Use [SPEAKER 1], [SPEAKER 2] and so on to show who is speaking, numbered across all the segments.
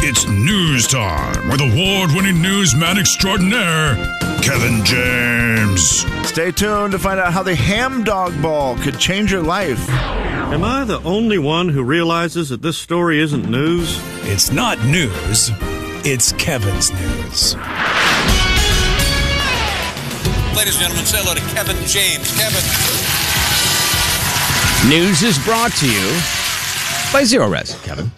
[SPEAKER 1] It's news time with award winning newsman extraordinaire, Kevin James.
[SPEAKER 2] Stay tuned to find out how the ham dog ball could change your life.
[SPEAKER 3] Am I the only one who realizes that this story isn't news?
[SPEAKER 4] It's not news, it's Kevin's news.
[SPEAKER 5] Ladies and gentlemen, say hello to Kevin James. Kevin.
[SPEAKER 6] News is brought to you by Zero Res, Kevin.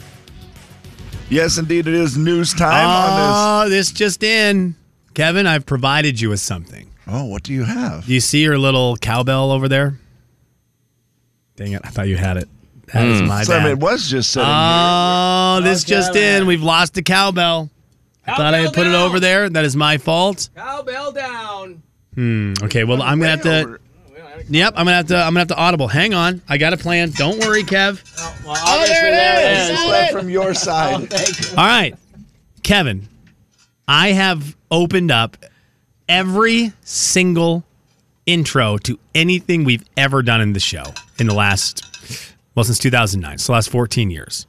[SPEAKER 2] Yes, indeed, it is news time on
[SPEAKER 6] Oh, this just in. Kevin, I've provided you with something.
[SPEAKER 2] this. Oh, what do you have?
[SPEAKER 6] Do you see your little cowbell over there? Dang it, I thought you had it. That is my
[SPEAKER 2] Sam, it
[SPEAKER 6] bad.
[SPEAKER 2] was just sitting
[SPEAKER 6] Oh, this just in. We've lost the cowbell. I thought I had put it over there. That is my fault. Hmm,
[SPEAKER 7] Cowbell down. Oh,
[SPEAKER 6] Okay, well, I'm going to
[SPEAKER 2] here.
[SPEAKER 6] have to Yep, I'm gonna have to. I'm gonna have to audible. Hang on, I got a plan. Don't worry, Kev.
[SPEAKER 7] Well, obviously there it is.
[SPEAKER 2] Just left from your side.
[SPEAKER 6] All right, Kevin, I have opened up every single intro to anything we've ever done in the show in the last, well, since 2009, so the last 14 years.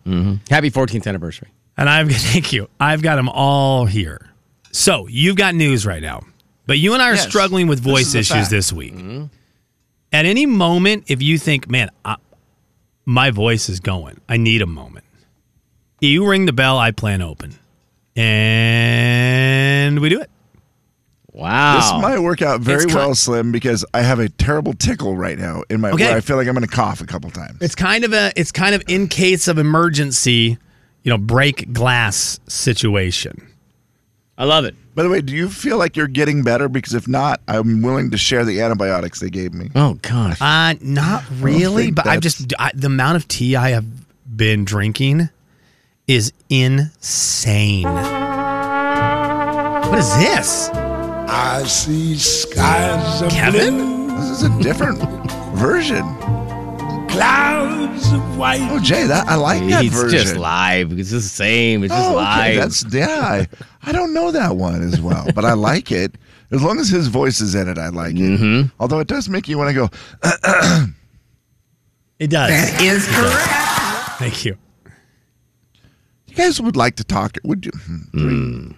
[SPEAKER 8] Happy 14th anniversary.
[SPEAKER 6] And I've got, thank you. I've got them all here. So you've got news right now, but you and I are
[SPEAKER 2] Yes.
[SPEAKER 6] struggling with
[SPEAKER 2] This
[SPEAKER 6] voice
[SPEAKER 2] is a
[SPEAKER 6] issues
[SPEAKER 2] fact. Mm-hmm.
[SPEAKER 6] this week. At any moment, if you think, man, I, my voice is going, I need a moment. You ring the bell, I plan open. And we do it.
[SPEAKER 8] Wow.
[SPEAKER 2] This might work out very
[SPEAKER 6] It's ki-
[SPEAKER 2] well, Slim, because I have a terrible tickle right now in my
[SPEAKER 6] Okay.
[SPEAKER 2] where I feel like I'm going to cough a couple times.
[SPEAKER 6] It's kind of a, it's kind of in case of emergency, you know, break glass situation.
[SPEAKER 8] I love it.
[SPEAKER 2] By the way, do you feel like you're getting better? Because if not, I'm willing to share the antibiotics they gave me.
[SPEAKER 8] Oh, gosh.
[SPEAKER 6] Uh, not really,
[SPEAKER 2] think
[SPEAKER 6] but I've
[SPEAKER 2] that's-
[SPEAKER 6] just I, the amount of tea I have been drinking is insane. What is this,
[SPEAKER 9] I see skies of
[SPEAKER 6] Kevin?
[SPEAKER 2] This is a different version.
[SPEAKER 9] clouds of white.
[SPEAKER 2] Oh, Jay, that I like that
[SPEAKER 8] it's
[SPEAKER 2] version.
[SPEAKER 8] just live. It's the same. It's just
[SPEAKER 2] Oh, okay.
[SPEAKER 8] live.
[SPEAKER 2] That's yeah. I, I don't know that one as well, but I like it. As long as his voice is in it, I like it. Although it does make you want to go.
[SPEAKER 6] It does. That is correct. Thank you.
[SPEAKER 2] You guys would like to talk? Would you? Hmm.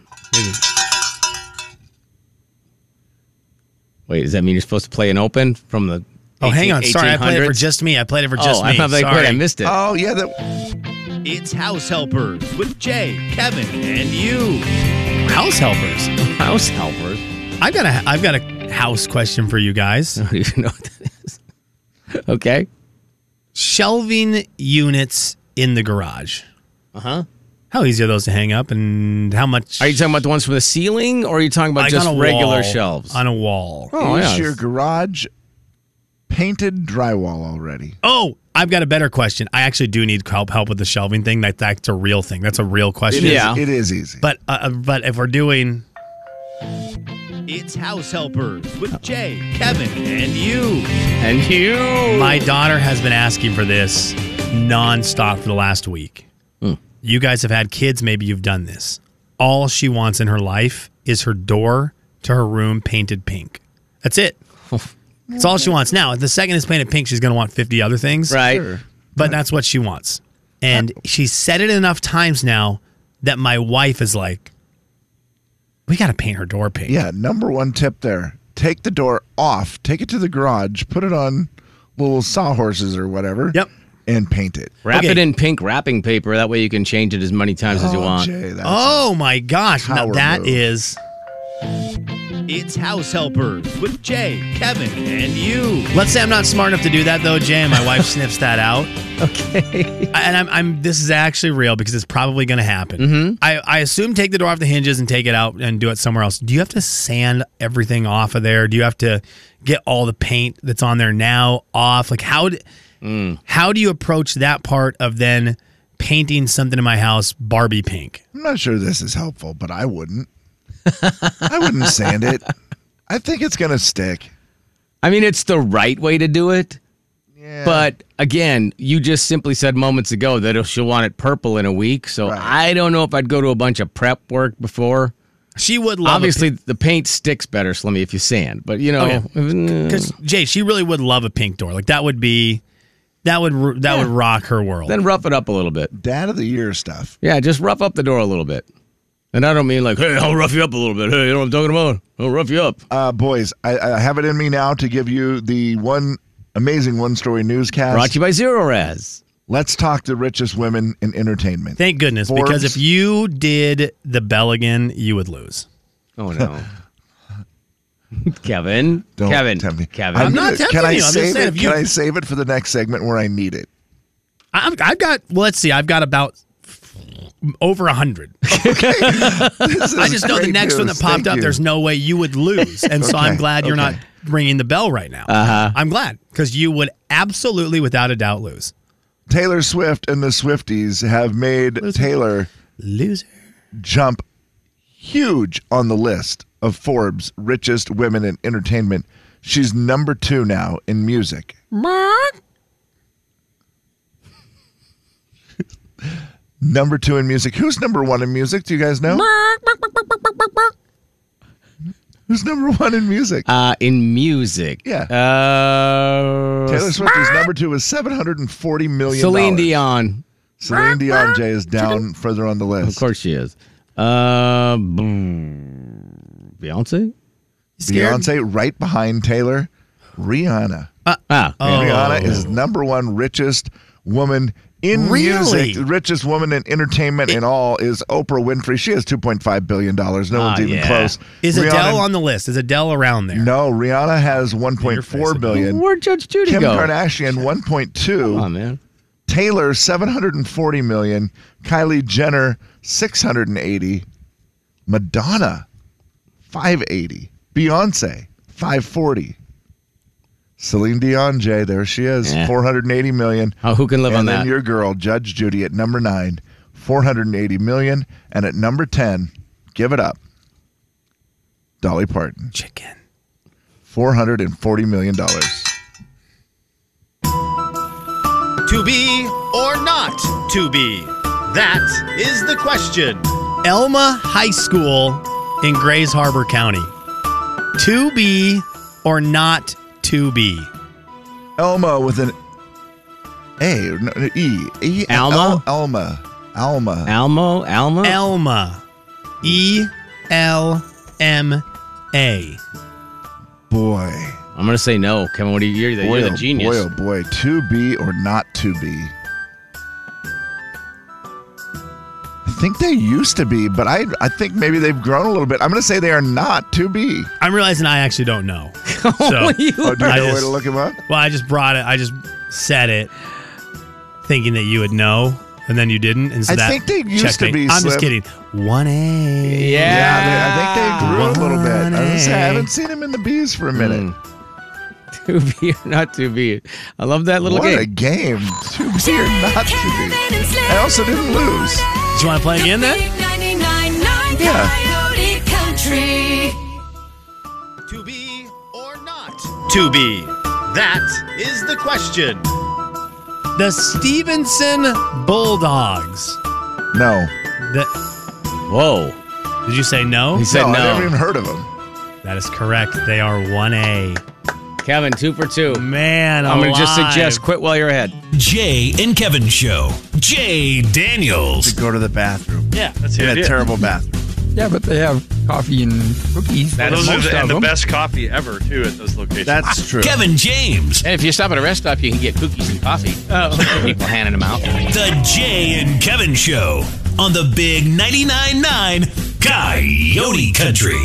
[SPEAKER 8] Wait, does that mean you're supposed to play an open from the.
[SPEAKER 6] Oh, hang on.
[SPEAKER 8] 18-
[SPEAKER 6] Sorry, I played it for
[SPEAKER 8] 1800s?
[SPEAKER 6] just me. I played it for just
[SPEAKER 8] oh,
[SPEAKER 6] me.
[SPEAKER 8] I thought like,
[SPEAKER 6] Sorry. Uh,
[SPEAKER 8] wait, I missed it.
[SPEAKER 2] Oh yeah, that,
[SPEAKER 6] It's House Helpers with Jay, Kevin, and you. House Helpers.
[SPEAKER 8] House helpers.
[SPEAKER 6] I've got a I've got a house question for you guys.
[SPEAKER 8] I don't even know what that is. Okay.
[SPEAKER 6] Shelving units in the garage.
[SPEAKER 8] Uh huh.
[SPEAKER 6] How easy are those to hang up, and how much?
[SPEAKER 8] Are you talking about the ones from the ceiling or are you talking about
[SPEAKER 6] like
[SPEAKER 8] just
[SPEAKER 6] on a
[SPEAKER 8] regular
[SPEAKER 6] wall-
[SPEAKER 8] shelves?
[SPEAKER 6] on a wall? Oh.
[SPEAKER 8] oh,
[SPEAKER 2] is
[SPEAKER 8] yeah.
[SPEAKER 2] your garage painted drywall already?
[SPEAKER 6] Oh, I've got a better question. I actually do need help help with the shelving thing. That that's a real thing. That's a real
[SPEAKER 2] It
[SPEAKER 6] question.
[SPEAKER 2] is-
[SPEAKER 8] Yeah.
[SPEAKER 2] it is easy.
[SPEAKER 6] But uh, but if we're doing, it's house helpers with Jay, Kevin, and you.
[SPEAKER 8] And you.
[SPEAKER 6] My daughter has been asking for this nonstop for the last week. You guys have had kids. Maybe you've done this. All she wants in her life is her door to her room painted pink. That's it. That's all she wants. Now, if the second is painted pink, she's going to want 50 other things.
[SPEAKER 8] right.
[SPEAKER 6] But that's what she wants. And she's said it enough times now that my wife is like, we got to paint her door pink.
[SPEAKER 2] yeah, number one tip there: take the door off, take it to the garage, put it on little sawhorses or whatever.
[SPEAKER 6] Yep.
[SPEAKER 2] and paint it.
[SPEAKER 8] Wrap
[SPEAKER 6] Okay.
[SPEAKER 8] it in pink wrapping paper. That way you can change it as many times as you want.
[SPEAKER 2] Oh, Jay, that's
[SPEAKER 6] Oh my gosh. Now
[SPEAKER 2] Power
[SPEAKER 6] that
[SPEAKER 2] move.
[SPEAKER 6] is. It's House Helpers with Jay, Kevin, and you. Let's say I'm not smart enough to do that though, Jay, and my wife sniffs that out. Okay. And I'm, I'm this is actually real because it's probably going to happen.
[SPEAKER 2] Mm-hmm.
[SPEAKER 6] I, I assume take the door off the hinges and take it out and do it somewhere else. Do you have to sand everything off of there? Do you have to get all the paint that's on there now off? Like how d-
[SPEAKER 2] Mm.
[SPEAKER 6] how do you approach that part of then painting something in my house Barbie pink?
[SPEAKER 2] I'm not sure this is helpful, but I wouldn't. I wouldn't sand it. I think it's gonna stick.
[SPEAKER 8] I mean, it's the right way to do it. But again, you just simply said moments ago that she'll want it purple in a week. So
[SPEAKER 2] Right.
[SPEAKER 8] I don't know if I'd go to a bunch of prep work before.
[SPEAKER 6] She would love
[SPEAKER 8] Obviously, the paint sticks better, Slimmy,
[SPEAKER 2] Oh,
[SPEAKER 8] if you sand. But you know,
[SPEAKER 6] Okay. because Jay, she really would love a pink door. Like that would be That would ru- that would rock her world.
[SPEAKER 8] Then rough it up a little bit.
[SPEAKER 2] Dad of the year stuff.
[SPEAKER 8] Yeah, just rough up the door a little bit. And I don't mean like, hey, I'll rough you up a little bit. Hey, you know what I'm talking about? I'll rough you up.
[SPEAKER 2] Uh, boys, I, I have it in me now to give you the one amazing one story newscast.
[SPEAKER 8] Brought to you by Zero Raz.
[SPEAKER 2] Let's talk the richest women in entertainment.
[SPEAKER 6] Thank goodness, because
[SPEAKER 2] Forbes.
[SPEAKER 6] if you did the Belligan, you would lose.
[SPEAKER 8] Oh no. Kevin.
[SPEAKER 2] Don't
[SPEAKER 8] Kevin.
[SPEAKER 2] tempt me.
[SPEAKER 8] Kevin.
[SPEAKER 2] I
[SPEAKER 6] I'm
[SPEAKER 2] need
[SPEAKER 6] not
[SPEAKER 2] it.
[SPEAKER 6] tempting
[SPEAKER 2] Can I
[SPEAKER 6] you. I'm just
[SPEAKER 2] save
[SPEAKER 6] saying
[SPEAKER 2] it?
[SPEAKER 6] if
[SPEAKER 2] Can
[SPEAKER 6] you-
[SPEAKER 2] I save it for the next segment where I need it?
[SPEAKER 6] I- I'm, I've got. Well, let's see. I've got about f- over a hundred.
[SPEAKER 2] This
[SPEAKER 6] I
[SPEAKER 2] is
[SPEAKER 6] just know the
[SPEAKER 2] great
[SPEAKER 6] next one that
[SPEAKER 2] news.
[SPEAKER 6] popped
[SPEAKER 2] Thank
[SPEAKER 6] up.
[SPEAKER 2] you.
[SPEAKER 6] There's no way you would lose, and so I'm
[SPEAKER 2] Okay,
[SPEAKER 6] glad you're not
[SPEAKER 2] okay.
[SPEAKER 6] ringing the bell right now. Uh-huh. I'm glad because you would absolutely, without a doubt, lose.
[SPEAKER 2] Taylor Swift and the Swifties have made Taylor
[SPEAKER 6] Loser.
[SPEAKER 2] jump huge on the list of Forbes richest women in entertainment. She's number two now in music. Number two in music. Who's number one in music? Do you guys know? Who's number one in music?
[SPEAKER 8] Uh, in music.
[SPEAKER 2] Yeah.
[SPEAKER 8] Uh,
[SPEAKER 2] Taylor Swift is number two with seven hundred and forty million.
[SPEAKER 8] Celine Dion.
[SPEAKER 2] Celine Dion Jay is down further on the list.
[SPEAKER 8] Of course she is. Uh, boom. Beyonce.
[SPEAKER 6] Scared?
[SPEAKER 2] Beyonce right behind Taylor. Rihanna.
[SPEAKER 8] Ah.
[SPEAKER 6] Oh.
[SPEAKER 2] Rihanna is number one richest woman in
[SPEAKER 6] Really?
[SPEAKER 2] music. Richest woman in entertainment in all is Oprah Winfrey. She has two point five billion dollars. No one's even
[SPEAKER 8] Ah, yeah.
[SPEAKER 2] close.
[SPEAKER 6] Is
[SPEAKER 2] Rihanna-
[SPEAKER 6] Adele on the list? Is Adele around there?
[SPEAKER 2] No, Rihanna has one point four billion.
[SPEAKER 8] Where'd Judge Judy
[SPEAKER 2] Kim
[SPEAKER 8] go?
[SPEAKER 2] Kardashian one point two.
[SPEAKER 8] Come on, man.
[SPEAKER 2] Taylor 740 million, Kylie Jenner 680, Madonna 580, Beyonce 540. Celine Dion, Jay, there she is,
[SPEAKER 8] Yeah.
[SPEAKER 2] 480 million.
[SPEAKER 8] Oh, who can live
[SPEAKER 2] and
[SPEAKER 8] on
[SPEAKER 2] then
[SPEAKER 8] that?
[SPEAKER 2] your girl, Judge Judy, at number nine, 480 million. And at number 10, give it up, Dolly Parton,
[SPEAKER 6] Chicken.
[SPEAKER 2] $440 million.
[SPEAKER 6] To be or not to be? That is the question. Elma High School in Grays Harbor County. To be or not to be?
[SPEAKER 2] Elma with an A, or no, an E. E-
[SPEAKER 8] Alma?
[SPEAKER 2] El- Elma. Alma.
[SPEAKER 8] Almo. Alma.
[SPEAKER 6] Elma. E L M A.
[SPEAKER 2] boy.
[SPEAKER 8] I'm gonna say no, Kevin. What do you? You're the,
[SPEAKER 2] boy,
[SPEAKER 8] you're the
[SPEAKER 2] oh
[SPEAKER 8] genius.
[SPEAKER 2] boy, oh boy. To be or not to be. I think they used to be, but I I think maybe they've grown a little bit. I'm going to say they are not to be.
[SPEAKER 6] I'm realizing I actually don't know. So,
[SPEAKER 8] you
[SPEAKER 2] Oh, do you
[SPEAKER 6] I
[SPEAKER 2] know where
[SPEAKER 6] just-
[SPEAKER 2] to look them up?
[SPEAKER 6] well, I just brought it. I just said it, thinking that you would know, and then you didn't. And so
[SPEAKER 2] I
[SPEAKER 6] that
[SPEAKER 2] think they used to
[SPEAKER 6] checkmate.
[SPEAKER 2] be,
[SPEAKER 6] I'm
[SPEAKER 2] Slim.
[SPEAKER 6] just kidding. One A.
[SPEAKER 2] Yeah, they, I think they grew a little bit. I, was gonna say, I
[SPEAKER 6] Honey.
[SPEAKER 2] haven't seen them in the bees for a minute.
[SPEAKER 8] Mm. to be or Hmm. not to be. I love that little
[SPEAKER 2] what
[SPEAKER 8] game.
[SPEAKER 2] a game. To be or not to be. I also didn't lose.
[SPEAKER 6] Do you want to play again then?
[SPEAKER 2] Yeah.
[SPEAKER 6] To be or not to be? That is the question. The Stevenson Bulldogs.
[SPEAKER 2] No.
[SPEAKER 6] The,
[SPEAKER 8] Whoa.
[SPEAKER 6] did you say no?
[SPEAKER 8] He said
[SPEAKER 2] I
[SPEAKER 8] no.
[SPEAKER 2] never even heard of them.
[SPEAKER 6] That is correct. They are 1A.
[SPEAKER 8] Kevin, two for two.
[SPEAKER 6] Man,
[SPEAKER 8] I'm gonna just
[SPEAKER 6] alive.
[SPEAKER 8] suggest quit while you're ahead.
[SPEAKER 4] Jay and Kevin Show. Jay Daniels.
[SPEAKER 2] Go to the bathroom.
[SPEAKER 6] Yeah, that's
[SPEAKER 2] In a terrible bathroom.
[SPEAKER 10] Yeah, but they have coffee and cookies.
[SPEAKER 11] And those are
[SPEAKER 10] most
[SPEAKER 11] the,
[SPEAKER 10] of
[SPEAKER 11] and the
[SPEAKER 10] them.
[SPEAKER 11] best coffee ever too at those locations.
[SPEAKER 2] That's true.
[SPEAKER 4] Kevin James.
[SPEAKER 11] and if you stop at a rest stop, you can get cookies and coffee. People handing them out.
[SPEAKER 4] The Jay and Kevin Show on the Big 99.9 9 Coyote Country.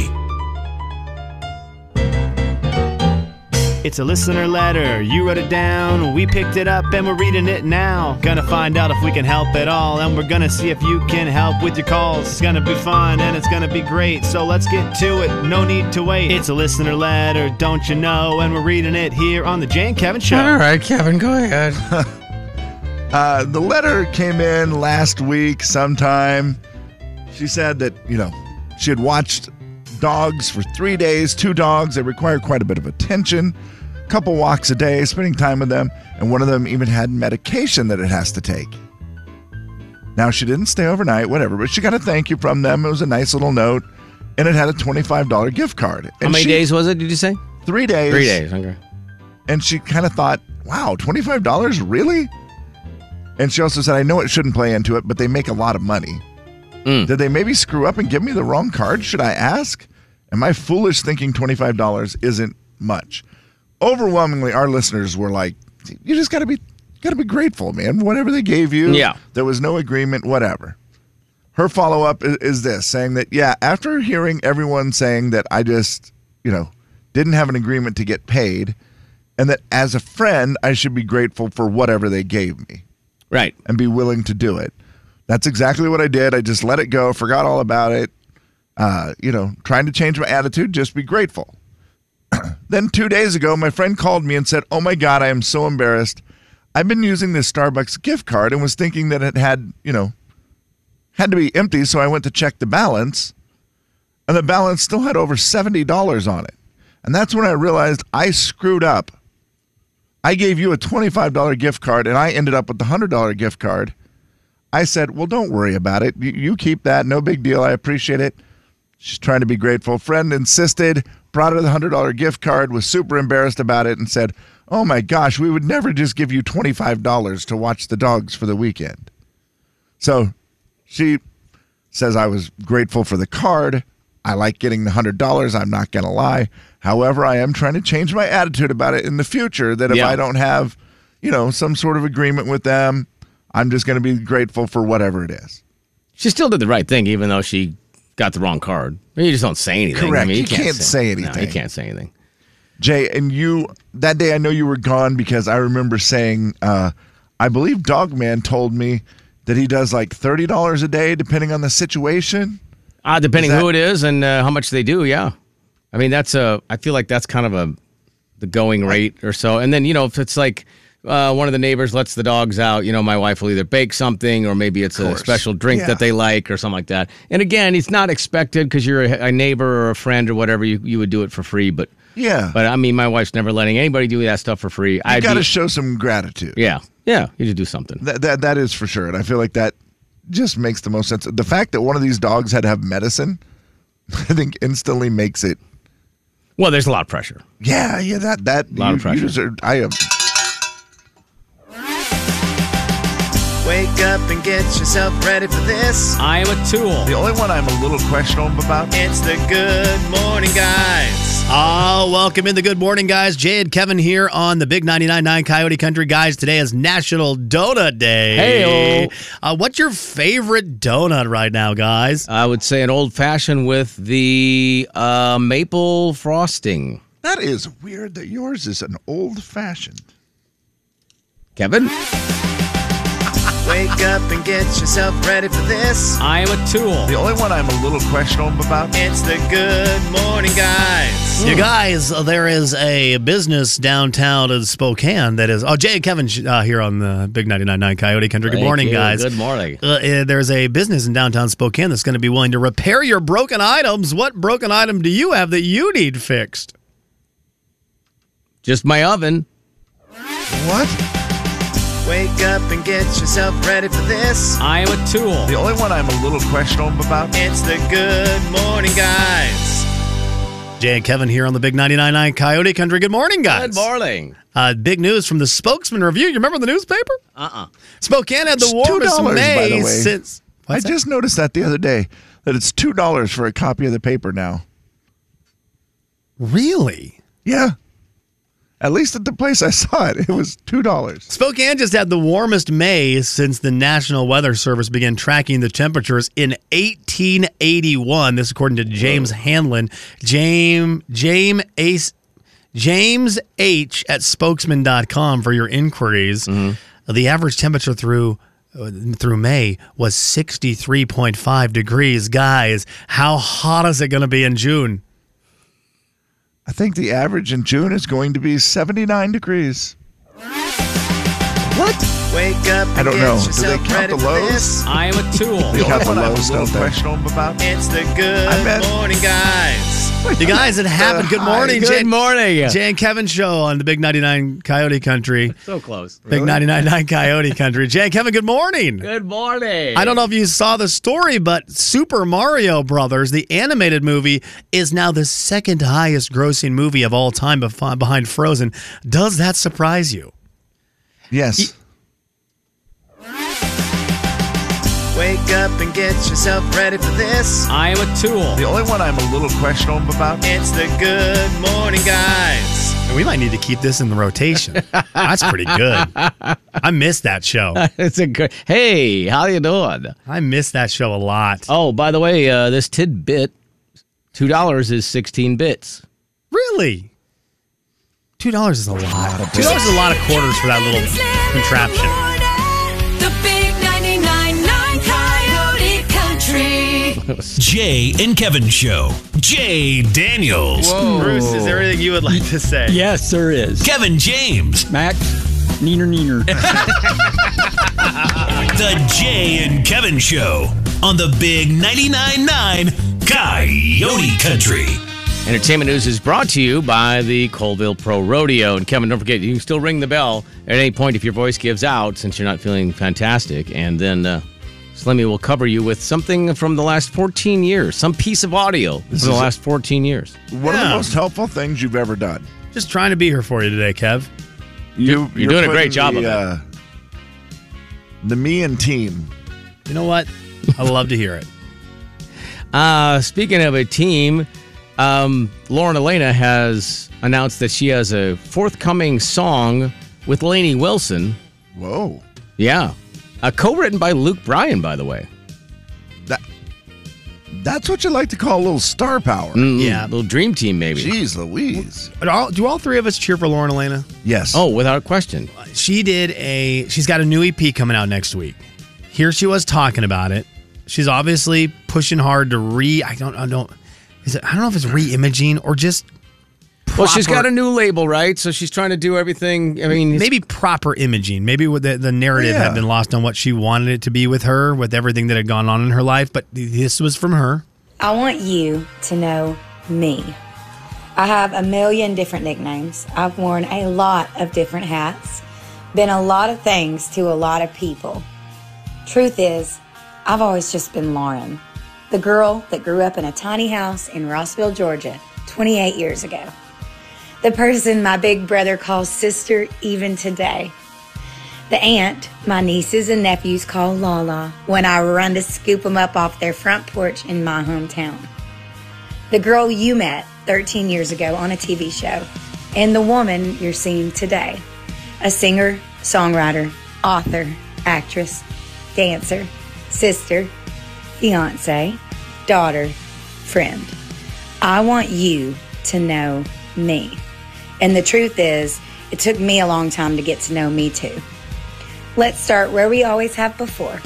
[SPEAKER 7] It's a listener letter. You wrote it down. We picked it up and we're reading it now. Gonna find out if we can help at all. And we're gonna see if you can help with your calls. It's gonna be fun and it's gonna be great. So let's get to it. No need to wait. It's a listener letter, don't you know? And we're reading it here on the Jane Kevin Show.
[SPEAKER 10] All right, Kevin, go ahead.
[SPEAKER 2] Uh, the letter came in last week sometime. She said that, you know, she had watched dogs for three days, two dogs. They require quite a bit of attention, a couple walks a day, spending time with them, and one of them even had medication that it has to take. Now, she didn't stay overnight, whatever, but she got a thank you from them. It was a nice little note, and it had a $25 gift card.
[SPEAKER 8] How
[SPEAKER 2] And
[SPEAKER 8] many
[SPEAKER 2] she-
[SPEAKER 8] days was it? Did you say
[SPEAKER 2] Three days.
[SPEAKER 8] three days? Okay.
[SPEAKER 2] And she kind of thought, wow, $25? Really? And she also said, I know it shouldn't play into it, but they make a lot of money. Did they maybe screw up and give me the wrong card? Should I ask? Am I foolish thinking $25 isn't much? Overwhelmingly, our listeners were like, you just got to be. Got to be grateful, man. Whatever they gave you,
[SPEAKER 8] Yeah.
[SPEAKER 2] there was no agreement, whatever. Her follow up is, is this saying that, yeah, after hearing everyone saying that I just, you know, didn't have an agreement to get paid, and that as a friend, I should be grateful for whatever they gave me.
[SPEAKER 8] Right.
[SPEAKER 2] And be willing to do it. That's exactly what I did. I just let it go, forgot all about it. Uh, you know, trying to change my attitude, just be grateful. then two days ago, my friend called me and said, Oh my God, I am so embarrassed. I've been using this Starbucks gift card and was thinking that it had, you know, had to be empty, so I went to check the balance, and the balance still had over $70 on it. And that's when I realized I screwed up. I gave you a $25 gift card and I ended up with the $100 gift card. I said, Well, don't worry about it. You, you keep that. No big deal. I appreciate it. She's trying to be grateful. Friend insisted, brought her the $100 gift card, was super embarrassed about it, and said, Oh my gosh, we would never just give you $25 to watch the dogs for the weekend. So she says, I was grateful for the card. I like getting the $100. I'm not going to lie. However, I am trying to change my attitude about it in the future that if
[SPEAKER 12] Yeah.
[SPEAKER 2] I don't have, you know, some sort of agreement with them, I'm just going to be grateful for whatever it is.
[SPEAKER 8] She still did the right thing, even though she got the wrong card. You just don't say anything.
[SPEAKER 2] Correct.
[SPEAKER 8] I mean,
[SPEAKER 2] you, can't, say, anything.
[SPEAKER 8] No, you can't say anything.
[SPEAKER 2] Jay, and you that day I know you were gone because I remember saying uh I believe Dogman told me that he does like thirty dollars a day depending on the situation.
[SPEAKER 8] Uh, depending
[SPEAKER 2] Is that-
[SPEAKER 8] who it is and uh, how much they do, yeah. I mean, that's a. I feel like that's kind of a the going rate or so. And then you know, if it's like uh, one of the neighbors lets the dogs out, you know, my wife will either bake something or maybe it's a
[SPEAKER 11] course.
[SPEAKER 8] special drink
[SPEAKER 11] Yeah.
[SPEAKER 8] that they like or something like that. And again, it's not expected because you're a, a neighbor or a friend or whatever. You you would do it for free, but
[SPEAKER 2] Yeah.
[SPEAKER 8] But I mean, my wife's never letting anybody do that stuff for free.
[SPEAKER 2] You
[SPEAKER 8] I'd
[SPEAKER 2] gotta
[SPEAKER 8] be-
[SPEAKER 2] show some gratitude.
[SPEAKER 8] yeah, yeah. You just do something.
[SPEAKER 2] That, that that is for sure. And I feel like that just makes the most sense. The fact that one of these dogs had to have medicine, I think instantly makes it
[SPEAKER 8] Well, there's a lot of pressure.
[SPEAKER 2] Yeah, yeah, that that
[SPEAKER 8] Lot of
[SPEAKER 2] you-
[SPEAKER 8] pressure.
[SPEAKER 2] You deserve, I am
[SPEAKER 6] Wake up and get yourself ready for this.
[SPEAKER 8] I am a tool.
[SPEAKER 2] The only one I'm a little questionable about.
[SPEAKER 6] It's the Good Morning Guys.
[SPEAKER 7] Ah,
[SPEAKER 6] Oh, welcome in the Good Morning Guys. Jay and Kevin here on the Big 99.9 Coyote Country Guys. Today is National Donut Day.
[SPEAKER 8] Hey-o.
[SPEAKER 6] Uh, what's your favorite donut right now, guys?
[SPEAKER 8] I would say an old fashioned with the uh, maple frosting.
[SPEAKER 2] That is weird that yours is an old fashioned.
[SPEAKER 8] Kevin?
[SPEAKER 6] Wake up and get yourself ready for this.
[SPEAKER 8] I am a tool.
[SPEAKER 2] The only one I'm a little questionable about.
[SPEAKER 6] It's the Good Morning Guys. You guys, uh, there is a business downtown in Spokane that is. Oh, Jay and Kevin uh, here on the Big 99.9 Coyote Country. Good
[SPEAKER 8] Thank
[SPEAKER 6] morning,
[SPEAKER 8] you.
[SPEAKER 6] guys.
[SPEAKER 8] Good morning.
[SPEAKER 6] Uh, uh, there's a business in downtown Spokane that's going to be willing to repair your broken items. What broken item do you have that you need fixed?
[SPEAKER 8] Just my oven.
[SPEAKER 2] What?
[SPEAKER 6] Wake up and get yourself ready for this.
[SPEAKER 8] I am a tool.
[SPEAKER 2] The only one I'm a little questionable about.
[SPEAKER 6] It's the Good Morning Guys. Jay and Kevin here on the Big 99.9 Coyote Country. Good morning, guys.
[SPEAKER 8] Good morning.
[SPEAKER 6] Uh, big news from the Spokesman Review. You remember the newspaper?
[SPEAKER 8] Uh
[SPEAKER 2] Uh-uh.
[SPEAKER 8] uh
[SPEAKER 6] Spokane had the
[SPEAKER 2] It's
[SPEAKER 6] warmest
[SPEAKER 2] $2, by
[SPEAKER 6] May
[SPEAKER 2] the way.
[SPEAKER 6] since.
[SPEAKER 2] I just noticed that the other day that it's two dollars for a copy of the paper now.
[SPEAKER 6] Really?
[SPEAKER 2] Yeah. At least at the place I saw it, it was two dollars.
[SPEAKER 6] Spokane just had the warmest May since the National Weather Service began tracking the temperatures in 1881. This, according to James Hanlon, James James Ace, James H at spokesman.com for your inquiries. The average temperature through uh, through May was 63.5 degrees. Guys, how hot is it going to be in June?
[SPEAKER 2] I think the average in June is going to be seventy nine degrees. What?
[SPEAKER 6] Wake up.
[SPEAKER 2] I don't know. Do they count the lows?
[SPEAKER 8] I am a tool.
[SPEAKER 2] They count the lows, don't they? about.
[SPEAKER 6] It's the good
[SPEAKER 2] I bet-
[SPEAKER 6] morning, guys. You guys, it happened. Good
[SPEAKER 8] Hi.
[SPEAKER 6] morning,
[SPEAKER 8] Good
[SPEAKER 6] Jay-
[SPEAKER 8] morning.
[SPEAKER 6] Jay and Kevin show on the Big 99 Coyote Country.
[SPEAKER 8] So close.
[SPEAKER 6] Big 99.9 Coyote Country. Jay and Kevin, good morning.
[SPEAKER 8] Good morning.
[SPEAKER 6] I don't know if you saw the story, but Super Mario Brothers, the animated movie, is now the second highest grossing movie of all time bef- behind Frozen. Does that surprise you?
[SPEAKER 2] Yes.
[SPEAKER 6] Wake up and get yourself ready for this.
[SPEAKER 2] I am a tool. The only one I'm a little questionable about.
[SPEAKER 6] It's the good morning, guys. We might need to keep this in the rotation. That's pretty good. I miss that show.
[SPEAKER 8] it's a good. Hey, how you doing?
[SPEAKER 6] I miss that show a lot.
[SPEAKER 8] Oh, by the way, uh, this tidbit, two dollars is sixteen bits.
[SPEAKER 6] Really? Two dollars is a lot. Two dollars is a lot of quarters for that little contraption.
[SPEAKER 12] The big 99.9 Coyote Country.
[SPEAKER 4] Jay and Kevin Show. Jay Daniels.
[SPEAKER 7] Oh. Bruce, is there anything you would like to say?
[SPEAKER 10] Yes, there is.
[SPEAKER 4] Kevin James.
[SPEAKER 10] Max, neener, neener.
[SPEAKER 4] The Jay and Kevin Show on the Big 99.9 Coyote Country.
[SPEAKER 8] Entertainment news is brought to you by the Colville Pro Rodeo. And Kevin, don't forget, you can still ring the bell at any point if your voice gives out since you're not feeling fantastic. And then uh, Slimmy will cover you with something from the last 14 years, some piece of audio from the
[SPEAKER 2] is-
[SPEAKER 8] last 14 years.
[SPEAKER 2] One of the
[SPEAKER 8] Yeah.
[SPEAKER 2] most helpful things you've ever done.
[SPEAKER 6] Just trying to be here for you today, Kev.
[SPEAKER 2] You,
[SPEAKER 8] you're doing a great
[SPEAKER 2] putting
[SPEAKER 8] job
[SPEAKER 2] the,
[SPEAKER 8] of it.
[SPEAKER 2] Uh, the me and team.
[SPEAKER 6] You know what? I love to hear it.
[SPEAKER 8] Uh, speaking of a team, um, Lauren Elena has announced that she has a forthcoming song with Lainey Wilson.
[SPEAKER 2] Whoa.
[SPEAKER 8] Yeah. Uh, co written by Luke Bryan, by the way.
[SPEAKER 2] That, that's what you like to call a little star power.
[SPEAKER 8] yeah. Little dream team, maybe.
[SPEAKER 2] Jeez Louise.
[SPEAKER 6] But all, do all three of us cheer for Lauren Elena?
[SPEAKER 2] Yes.
[SPEAKER 8] Oh, without question.
[SPEAKER 6] She did a. She's got a new EP coming out next week. Here she was talking about it. She's obviously pushing hard to re. I don't. I don't. Is it? I don't know if it's re-imaging or just.
[SPEAKER 8] Well, she's
[SPEAKER 6] proper-
[SPEAKER 8] got a new label, right? So she's trying to do everything. I mean, it's-
[SPEAKER 6] maybe proper imaging. Maybe what the, the narrative
[SPEAKER 8] Yeah.
[SPEAKER 6] had been lost on what she wanted it to be with her, with everything that had gone on in her life. But this was from her.
[SPEAKER 13] I want you to know me. I have a million different nicknames. I've worn a lot of different hats, been a lot of things to a lot of people. Truth is, I've always just been Lauren, the girl that grew up in a tiny house in Rossville, Georgia, 28 years ago. The person my big brother calls sister even today. The aunt my nieces and nephews call Lala when I run to scoop them up off their front porch in my hometown. The girl you met 13 years ago on a TV show, and the woman you're seeing today a singer, songwriter, author, actress, dancer, sister, fiance, daughter, friend. I want you to know me. And the truth is, it took me a long time to get to know me too. Let's start where we always have before.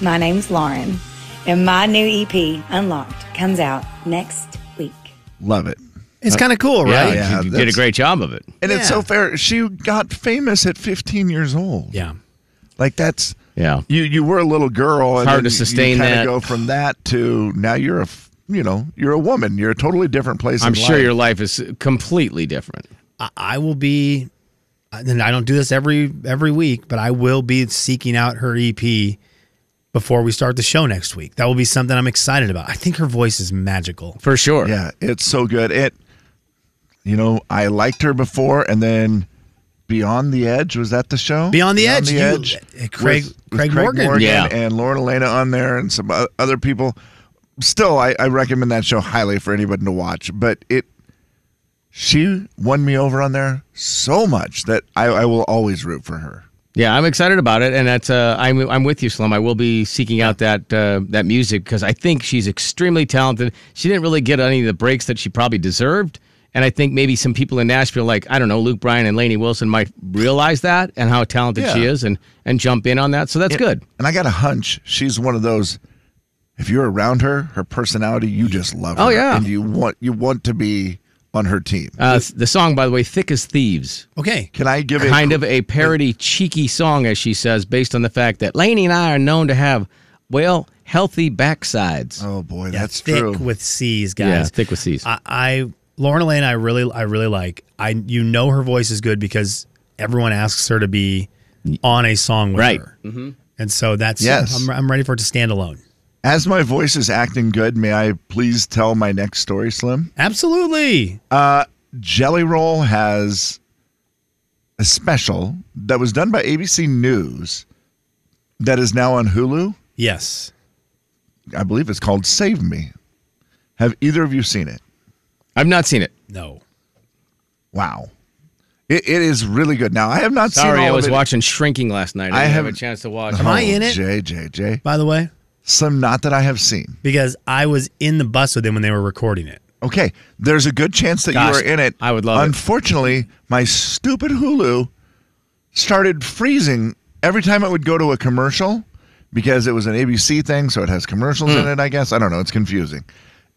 [SPEAKER 13] My name's Lauren, and my new EP, Unlocked, comes out next week.
[SPEAKER 2] Love it. Uh,
[SPEAKER 6] It's kinda cool,
[SPEAKER 8] Yeah,
[SPEAKER 6] right?
[SPEAKER 8] you-
[SPEAKER 6] Yeah,
[SPEAKER 8] you did a
[SPEAKER 6] that's-
[SPEAKER 8] great job of it.
[SPEAKER 2] And it's so fair. She got famous at 15 years old.
[SPEAKER 6] Yeah.
[SPEAKER 2] Like that's
[SPEAKER 8] yeah.
[SPEAKER 2] You you were a little girl.
[SPEAKER 8] It's
[SPEAKER 2] and
[SPEAKER 8] hard
[SPEAKER 2] then
[SPEAKER 8] to sustain
[SPEAKER 2] you kinda
[SPEAKER 8] that.
[SPEAKER 2] Go from that to now you're a f- you know you're a woman. You're a totally different place. in
[SPEAKER 8] I'm sure
[SPEAKER 2] life.
[SPEAKER 8] your life is completely different.
[SPEAKER 6] I, I will be, and I don't do this every every week, but I will be seeking out her EP before we start the show next week. That will be something I'm excited about. I think her voice is magical.
[SPEAKER 8] For sure.
[SPEAKER 2] Yeah, it's so good. It, you know, I liked her before, and then Beyond the Edge was that the show?
[SPEAKER 6] Beyond the Edge, you-
[SPEAKER 2] Edge
[SPEAKER 6] uh, Craig- Craig Morgan. Yeah.
[SPEAKER 2] and Lauren Elena on there, and some o- other people. Still, I, I recommend that show highly for anybody to watch. But it, she won me over on there so much that I, I will always root for her.
[SPEAKER 8] Yeah, I'm excited about it, and that's uh, I'm I'm with you, Slim. I will be seeking out that uh, that music because I think she's extremely talented. She didn't really get any of the breaks that she probably deserved, and I think maybe some people in Nashville, like I don't know, Luke Bryan and Lainey Wilson, might realize that and how talented she
[SPEAKER 2] Yeah.
[SPEAKER 8] is, and and jump in on that. So that's
[SPEAKER 2] And-
[SPEAKER 8] good.
[SPEAKER 2] And I got a hunch she's one of those. If you're around her, her personality, you just love.
[SPEAKER 8] Oh,
[SPEAKER 2] her,
[SPEAKER 8] yeah.
[SPEAKER 2] and you want you want to be on her team.
[SPEAKER 8] Uh, the song, by the way, "Thick as Thieves."
[SPEAKER 6] Okay,
[SPEAKER 2] Can I give a
[SPEAKER 8] kind of a parody, cheeky song, as she says, based on the fact that Lainey and I are known to have well healthy backsides.
[SPEAKER 2] Oh boy, that's
[SPEAKER 6] thick with C's, guys.
[SPEAKER 8] Yeah, thick with C's.
[SPEAKER 6] I, I Lauren Elena, I really, I really like. I you know her voice is good because everyone asks her to be on a song with
[SPEAKER 8] Right.
[SPEAKER 6] her, and so that's
[SPEAKER 2] Yes.
[SPEAKER 6] I'm, I'm ready for it to stand alone.
[SPEAKER 2] As my voice is acting good, may I please tell my next story, Slim?
[SPEAKER 6] Absolutely.
[SPEAKER 2] Uh, Jelly Roll has a special that was done by ABC News that is now on Hulu.
[SPEAKER 6] Yes.
[SPEAKER 2] I believe it's called Save Me. Have either of you seen it?
[SPEAKER 8] I've not seen it.
[SPEAKER 6] No.
[SPEAKER 2] Wow. It, it is really good. Now, I have not
[SPEAKER 8] Sorry,
[SPEAKER 2] seen all
[SPEAKER 8] I
[SPEAKER 2] of
[SPEAKER 8] was
[SPEAKER 2] it.
[SPEAKER 8] watching Shrinking last night.
[SPEAKER 2] I
[SPEAKER 8] I, didn't have a
[SPEAKER 2] haven't-
[SPEAKER 8] chance to watch.
[SPEAKER 6] Am
[SPEAKER 2] Oh,
[SPEAKER 6] I in it?
[SPEAKER 2] Jay, Jay, Jay.
[SPEAKER 6] By the way,
[SPEAKER 2] some not that I have seen
[SPEAKER 6] because I was in the bus with them when they were recording it.
[SPEAKER 2] Okay, there's a good chance that
[SPEAKER 6] Gosh,
[SPEAKER 2] you are in it.
[SPEAKER 6] I would love it.
[SPEAKER 2] Unfortunately, my stupid Hulu started freezing every time it would go to a commercial because it was an ABC thing, so it has commercials
[SPEAKER 8] Hmm.
[SPEAKER 2] in it, I guess. I don't know, it's confusing.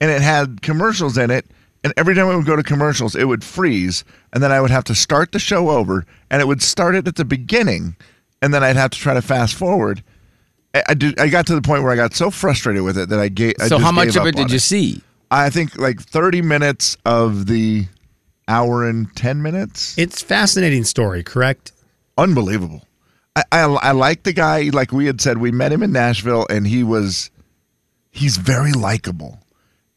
[SPEAKER 2] And it had commercials in it, and every time it would go to commercials, it would freeze, and then I would have to start the show over, and it would start it at the beginning, and then I'd have to try to fast forward. I, I, did, I got to the point where I got so frustrated with it that I, ga- I
[SPEAKER 8] So
[SPEAKER 2] just
[SPEAKER 8] how much
[SPEAKER 2] gave
[SPEAKER 8] of
[SPEAKER 2] up
[SPEAKER 8] it did
[SPEAKER 2] on
[SPEAKER 8] you see?
[SPEAKER 2] I think like 30 minutes of the hour and 10 minutes.
[SPEAKER 6] It's fascinating story, correct?
[SPEAKER 2] Unbelievable. I, I, I like the guy. Like we had said, we met him in Nashville, and he was he's very likable,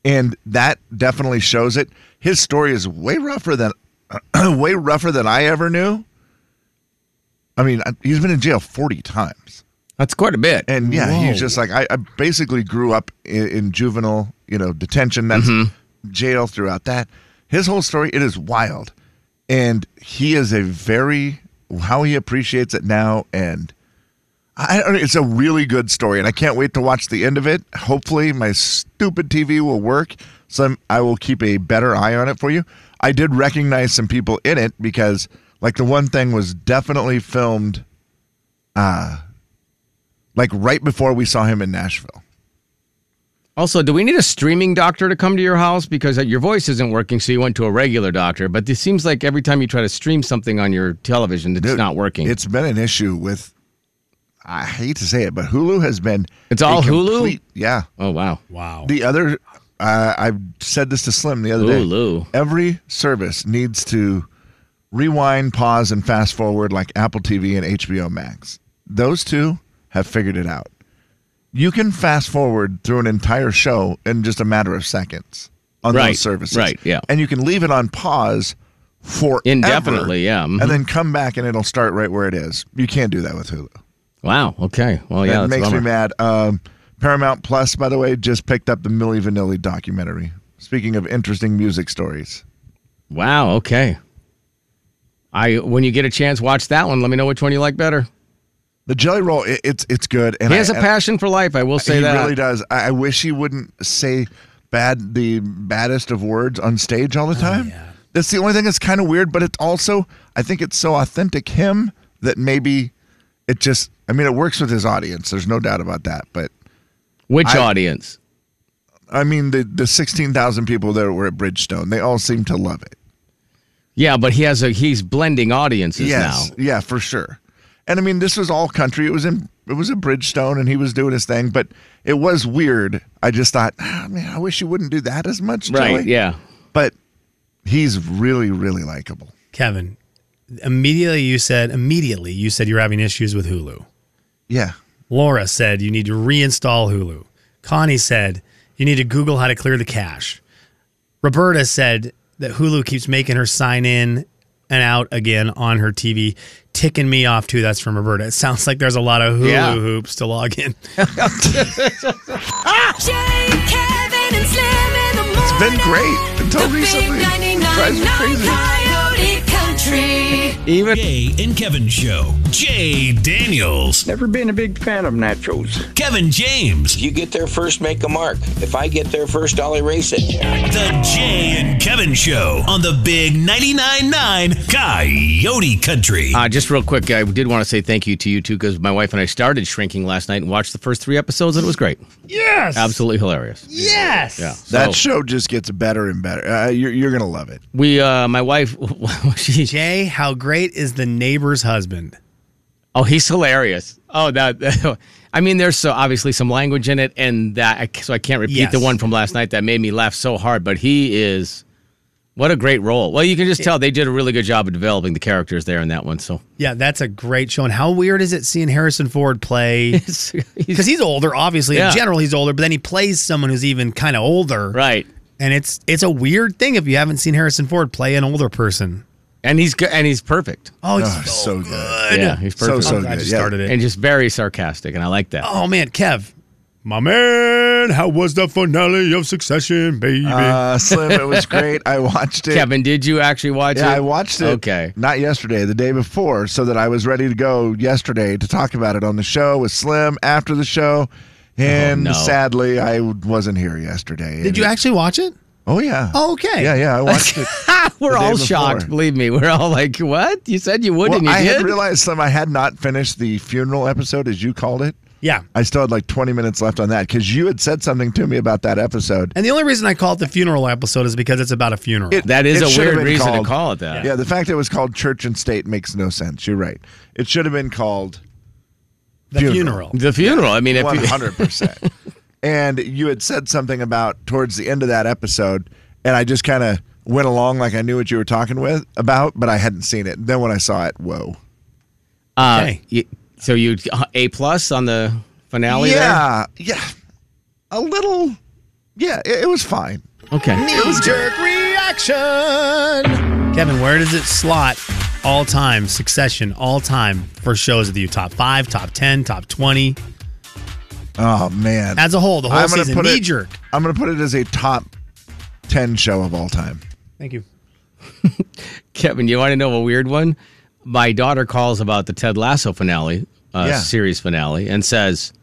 [SPEAKER 2] and that definitely shows it. His story is way rougher than way rougher than I ever knew. I mean, I- he's been in jail 40 times.
[SPEAKER 8] That's quite a bit.
[SPEAKER 2] And yeah,
[SPEAKER 8] Whoa.
[SPEAKER 2] he's just like, I, I basically grew up in, in juvenile, you know, detention. That's jail throughout that. His whole story, it is wild. And he is a very, how he appreciates it now. And I don't know, it's a really good story. And I can't wait to watch the end of it. Hopefully, my stupid TV will work. So I'm- I will keep a better eye on it for you. I did recognize some people in it because, like, the one thing was definitely filmed. Uh, like right before we saw him in Nashville.
[SPEAKER 8] Also, do we need a streaming doctor to come to your house because uh, your voice isn't working? So you went to a regular doctor, but it seems like every time you try to stream something on your television, it's not working.
[SPEAKER 2] It's been an issue with, I hate to say it, but Hulu has been.
[SPEAKER 8] It's
[SPEAKER 2] a
[SPEAKER 8] all Hulu?
[SPEAKER 2] Yeah.
[SPEAKER 8] Oh wow.
[SPEAKER 6] Wow.
[SPEAKER 2] The other, uh, I said this to Slim the other day.
[SPEAKER 8] Hulu.
[SPEAKER 2] Every service needs to rewind, pause, and fast forward like Apple TV and HBO Max. Those two have figured it out. You can fast forward through an entire show in just a matter of seconds on
[SPEAKER 8] Right,
[SPEAKER 2] those services.
[SPEAKER 8] right, yeah.
[SPEAKER 2] And you can leave it on pause for
[SPEAKER 8] Indefinitely, yeah, mhm.
[SPEAKER 2] And then come back and it'll start right where it is. You can't do that with Hulu.
[SPEAKER 8] Wow. Okay. Well, yeah.
[SPEAKER 2] that
[SPEAKER 8] that's a
[SPEAKER 2] makes me
[SPEAKER 8] bummer.
[SPEAKER 2] mad. Um, Paramount Plus, by the way, just picked up the Millie Vanilli documentary. Speaking of interesting music stories.
[SPEAKER 8] Wow. Okay. I when you get a chance, watch that one. Let me know which one you like better.
[SPEAKER 2] The Jelly Roll, it, it's it's good. And
[SPEAKER 8] he has
[SPEAKER 2] a
[SPEAKER 8] a passion for life. I will say
[SPEAKER 2] he
[SPEAKER 8] that.
[SPEAKER 2] really does. I, I wish he wouldn't say bad the baddest of words on stage
[SPEAKER 8] Oh,
[SPEAKER 2] all the time. That's the only thing that's kind of weird, but it's also I think it's so authentic him that maybe it just I mean it works with his audience. There's no doubt about that. But
[SPEAKER 8] Which
[SPEAKER 2] I-
[SPEAKER 8] audience?
[SPEAKER 2] I mean the the sixteen thousand people that were at Bridgestone, they all seem to love it.
[SPEAKER 8] Yeah, but he has a he's blending audiences
[SPEAKER 2] yes,
[SPEAKER 8] now.
[SPEAKER 2] yeah, for sure. And I mean this was all country. It was in it was a Bridgestone, and he was doing his thing. But it was weird. I just thought, ah, man, I wish you wouldn't do that as much.
[SPEAKER 8] Right.
[SPEAKER 2] Joey."
[SPEAKER 8] Yeah.
[SPEAKER 2] but he's really really likable
[SPEAKER 6] Kevin, immediately you said immediately you said you're having issues with Hulu.
[SPEAKER 2] yeah
[SPEAKER 6] Laura said you need to reinstall Hulu. Connie said you need to Google how to clear the cache. Roberta said that Hulu keeps making her sign in and out again on her TV, ticking me off too. That's from Roberta. It sounds like there's a lot of Hulu
[SPEAKER 12] Yeah.
[SPEAKER 6] hoops to log in.
[SPEAKER 12] Jay, Kevin, and Slim in the morning.
[SPEAKER 2] it's been great until
[SPEAKER 12] the
[SPEAKER 2] recently
[SPEAKER 12] Big 99.9
[SPEAKER 2] drives me crazy
[SPEAKER 12] Coyote Country.
[SPEAKER 8] Even
[SPEAKER 4] Jay and Kevin Show. Jay Daniels.
[SPEAKER 10] Never been a big fan of nachos.
[SPEAKER 4] Kevin James.
[SPEAKER 11] You get there first, make a mark. If I get there first, I'll erase it.
[SPEAKER 4] The Jay and Kevin Show on the Big 99.9 9 Coyote Country.
[SPEAKER 8] Uh, just real quick, I did want to say thank you to you too because my wife and I started shrinking last night and watched the first three episodes and it was great.
[SPEAKER 6] Yes.
[SPEAKER 8] Absolutely hilarious.
[SPEAKER 6] Yes.
[SPEAKER 8] Yeah.
[SPEAKER 2] that
[SPEAKER 8] So-
[SPEAKER 2] show just gets better and better uh, you're, you're gonna love it
[SPEAKER 8] We, uh, my wife, she,
[SPEAKER 6] Jay, how great is the neighbor's husband?
[SPEAKER 8] oh, he's hilarious. Oh, that, I mean, there's so obviously some language in it, and that, I, so I can't repeat
[SPEAKER 6] Yes.
[SPEAKER 8] the one from last night that made me laugh so hard, but he is, what a great role. Well, you can just tell they did a really good job of developing the characters there in that one. So,
[SPEAKER 6] Yeah, that's a great show. And how weird is it seeing Harrison Ford play? Because he's, older, obviously.
[SPEAKER 8] Yeah.
[SPEAKER 6] In general, he's older, but then he plays someone who's even kind of older.
[SPEAKER 8] Right.
[SPEAKER 6] And it's it's a weird thing if you haven't seen Harrison Ford play an older person.
[SPEAKER 8] and he's go- and he's perfect.
[SPEAKER 6] Oh, he's
[SPEAKER 2] so good.
[SPEAKER 8] Yeah, he's
[SPEAKER 6] So,
[SPEAKER 8] perfect.
[SPEAKER 6] so I'm glad good, you yeah. started it.
[SPEAKER 8] and just very sarcastic, and I like that.
[SPEAKER 6] Oh man, Kev, my man, how was the finale of Succession, baby?
[SPEAKER 2] Uh, Slim, it was great. I watched it.
[SPEAKER 8] Kevin, did you actually watch
[SPEAKER 2] yeah,
[SPEAKER 8] it?
[SPEAKER 2] I watched it.
[SPEAKER 8] Okay.
[SPEAKER 2] Not yesterday, the day before, so that I was ready to go yesterday to talk about it on the show with Slim after the show. And
[SPEAKER 6] no.
[SPEAKER 2] sadly, I wasn't here yesterday.
[SPEAKER 6] Did you actually watch it?
[SPEAKER 2] Oh, yeah.
[SPEAKER 6] Oh, okay.
[SPEAKER 2] Yeah, yeah. I watched it.
[SPEAKER 8] We're
[SPEAKER 2] the day
[SPEAKER 8] all
[SPEAKER 2] before.
[SPEAKER 8] shocked. Believe me, we're all like, "What? You said you would,
[SPEAKER 2] Well,
[SPEAKER 8] and you
[SPEAKER 2] I
[SPEAKER 8] did."
[SPEAKER 2] had realized, Slim, I had not finished the funeral episode, as you called it.
[SPEAKER 6] Yeah.
[SPEAKER 2] I still had like 20 minutes left on that because you had said something to me about that episode.
[SPEAKER 6] And the only reason I call it the funeral episode is because it's about a funeral.
[SPEAKER 8] that is
[SPEAKER 2] It
[SPEAKER 8] a
[SPEAKER 2] should have
[SPEAKER 8] weird
[SPEAKER 2] been
[SPEAKER 8] reason
[SPEAKER 2] called-
[SPEAKER 8] to call it that.
[SPEAKER 2] Yeah. the fact it was called Church and State makes no sense. You're right. It should have been called
[SPEAKER 6] The funeral.
[SPEAKER 8] The funeral. I mean, if
[SPEAKER 2] one
[SPEAKER 8] you-
[SPEAKER 2] hundred percent. And you had said something about towards the end of that episode, and I just kind of went along like I knew what you were talking with about, but I hadn't seen it. Then when I saw it, whoa.
[SPEAKER 8] Uh,
[SPEAKER 2] Okay.
[SPEAKER 8] you- so you uh, a plus on the finale. there?
[SPEAKER 2] yeah, yeah, a little. Yeah, it, it was fine.
[SPEAKER 8] Okay.
[SPEAKER 2] It was jerk.
[SPEAKER 6] reaction. Kevin, where does it slot all time, succession, all time for shows with you? Top five, top 10, top 20?
[SPEAKER 2] Oh man,
[SPEAKER 6] As a whole, the whole
[SPEAKER 2] I'm gonna
[SPEAKER 6] season,
[SPEAKER 2] put it-
[SPEAKER 6] knee jerk.
[SPEAKER 2] I'm gonna put it as a top ten show of all time.
[SPEAKER 6] Thank you.
[SPEAKER 8] Kevin, you want to know a weird one? My daughter calls about the Ted Lasso finale, uh,
[SPEAKER 2] Yeah.
[SPEAKER 8] series finale, and says,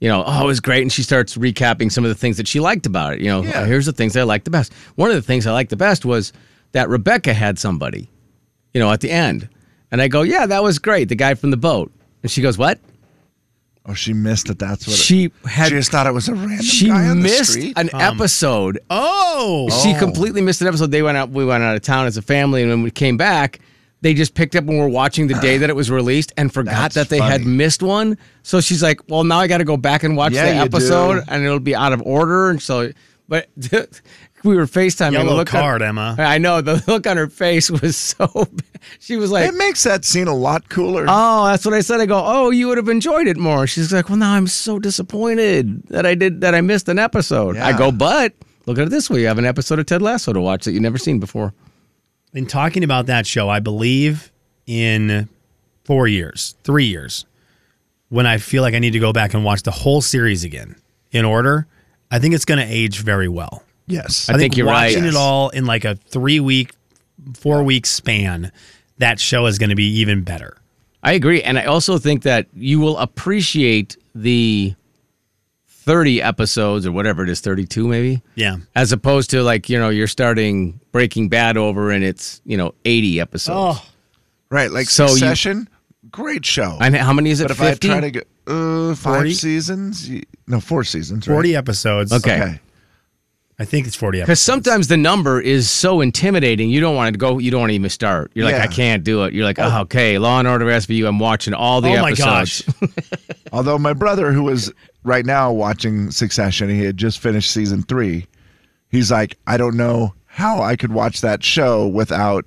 [SPEAKER 8] you know, oh, it was great. And she starts recapping some of the things that she liked about it. You know,
[SPEAKER 2] Yeah.
[SPEAKER 8] here's the things I liked the best. One of the things I liked the best was that Rebecca had somebody, you know, at the end. And I go, yeah, that was great. The guy from the boat. And she goes, what?
[SPEAKER 2] Oh, she missed it. That's what it-
[SPEAKER 8] She had-
[SPEAKER 2] She just thought it was a random
[SPEAKER 8] She
[SPEAKER 2] guy on the
[SPEAKER 8] missed
[SPEAKER 2] street. Um.
[SPEAKER 8] an episode
[SPEAKER 6] Oh,
[SPEAKER 8] She completely missed an episode. They went out. We went out of town as a family, and when we came back, they just picked up when we were watching the day that it was released and forgot
[SPEAKER 2] That's
[SPEAKER 8] that they had
[SPEAKER 2] funny.
[SPEAKER 8] missed one. So she's like, "Well, now I got to go back and watch
[SPEAKER 2] Yeah,
[SPEAKER 8] the
[SPEAKER 2] you
[SPEAKER 8] episode,
[SPEAKER 2] do.
[SPEAKER 8] and it'll be out of order." And so, but we were Facetiming.
[SPEAKER 6] Yellow
[SPEAKER 8] the look on-
[SPEAKER 6] card, Emma.
[SPEAKER 8] I know the look on her face was so. bad. She was like.
[SPEAKER 2] it makes that scene a lot cooler.
[SPEAKER 8] Oh, that's what I said. I go, oh, you would have enjoyed it more. She's like, well, now I'm so disappointed that I did that. I missed an episode. I
[SPEAKER 2] Yeah.
[SPEAKER 8] go, but look at it this way: you have an episode of Ted Lasso to watch that you've never seen before.
[SPEAKER 6] In talking about that show, I believe in four years, three years, when I feel like I need to go back and watch the whole series again in order, I think it's going to age very well.
[SPEAKER 2] yes.
[SPEAKER 8] I think you're right.
[SPEAKER 6] watching
[SPEAKER 8] Yes.
[SPEAKER 6] it all in like a three week, four week span, that show is going to be even better.
[SPEAKER 8] I agree, and I also think that you will appreciate the thirty episodes or whatever it is, thirty-two maybe,
[SPEAKER 6] Yeah.
[SPEAKER 8] as opposed to like you know you're starting Breaking Bad over and it's you know eighty episodes.
[SPEAKER 2] Oh. Right, like
[SPEAKER 8] So you-
[SPEAKER 2] Succession, great show.
[SPEAKER 8] And how many is it?
[SPEAKER 2] but if I
[SPEAKER 8] Fifty.
[SPEAKER 2] try to go uh, five
[SPEAKER 6] 40?
[SPEAKER 2] seasons, y- no, four seasons, right?
[SPEAKER 6] 40 episodes.
[SPEAKER 8] Okay.
[SPEAKER 2] Okay.
[SPEAKER 6] I think it's 40
[SPEAKER 8] Because
[SPEAKER 6] episodes.
[SPEAKER 8] sometimes the number is so intimidating, you don't want to go. You don't want to even start. You're like,
[SPEAKER 2] Yeah.
[SPEAKER 8] I can't do it. You're like, oh, okay, Law and Order SVU. I'm watching all the
[SPEAKER 6] oh my
[SPEAKER 8] episodes.
[SPEAKER 6] gosh.
[SPEAKER 2] Although my brother, who was right now watching Succession, he had just finished season three. He's like, I don't know how I could watch that show without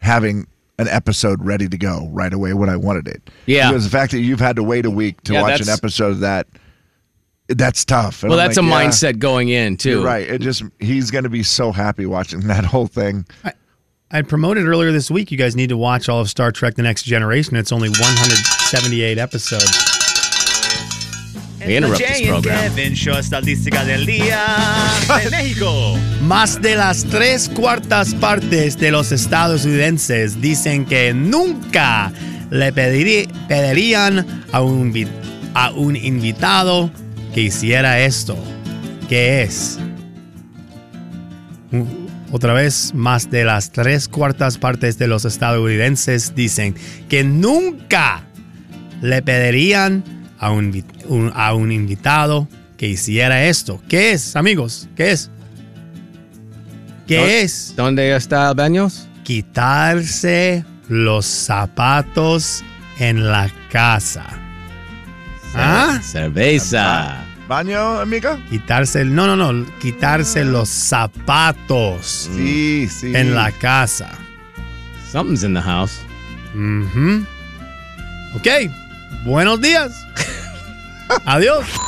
[SPEAKER 2] having an episode ready to go right away when I wanted it.
[SPEAKER 8] Yeah.
[SPEAKER 2] because the fact that you've had to wait a week to
[SPEAKER 8] Yeah,
[SPEAKER 2] watch an
[SPEAKER 8] that's-
[SPEAKER 2] episode of that, that's tough. And
[SPEAKER 8] Well,
[SPEAKER 2] I'm
[SPEAKER 8] that's
[SPEAKER 2] like,
[SPEAKER 8] a
[SPEAKER 2] "Yeah."
[SPEAKER 8] mindset going in too.
[SPEAKER 2] Oh You're right. It just he's going to be so happy watching that whole thing.
[SPEAKER 6] I promoted earlier this week. You guys need to watch all of Star Trek The Next Generation. It's only 178 episodes.
[SPEAKER 8] We interrupt this program.
[SPEAKER 7] Kevin show estadística del día de México.
[SPEAKER 6] Más de las tres cuartas partes de los estadounidenses dicen que nunca le pediri- pedirían a un, vi- a un invitado que hiciera esto, que es Otra vez, más de las tres cuartas partes de los estadounidenses dicen que nunca le pedirían a un, vi- un- a un invitado que hiciera esto. ¿Qué es, amigos? ¿Qué es? ¿Qué
[SPEAKER 8] Don-
[SPEAKER 6] es?
[SPEAKER 8] Donde está el baños?
[SPEAKER 6] Quitarse los zapatos en la casa. ¿Ah?
[SPEAKER 8] Cerveza.
[SPEAKER 2] Baño, amigo.
[SPEAKER 6] Quitarse, no, no, no, quitarse los zapatos
[SPEAKER 2] Sí, sí.
[SPEAKER 6] en la casa.
[SPEAKER 8] Something's in the house.
[SPEAKER 6] Ujú. Ok, buenos días. Adiós.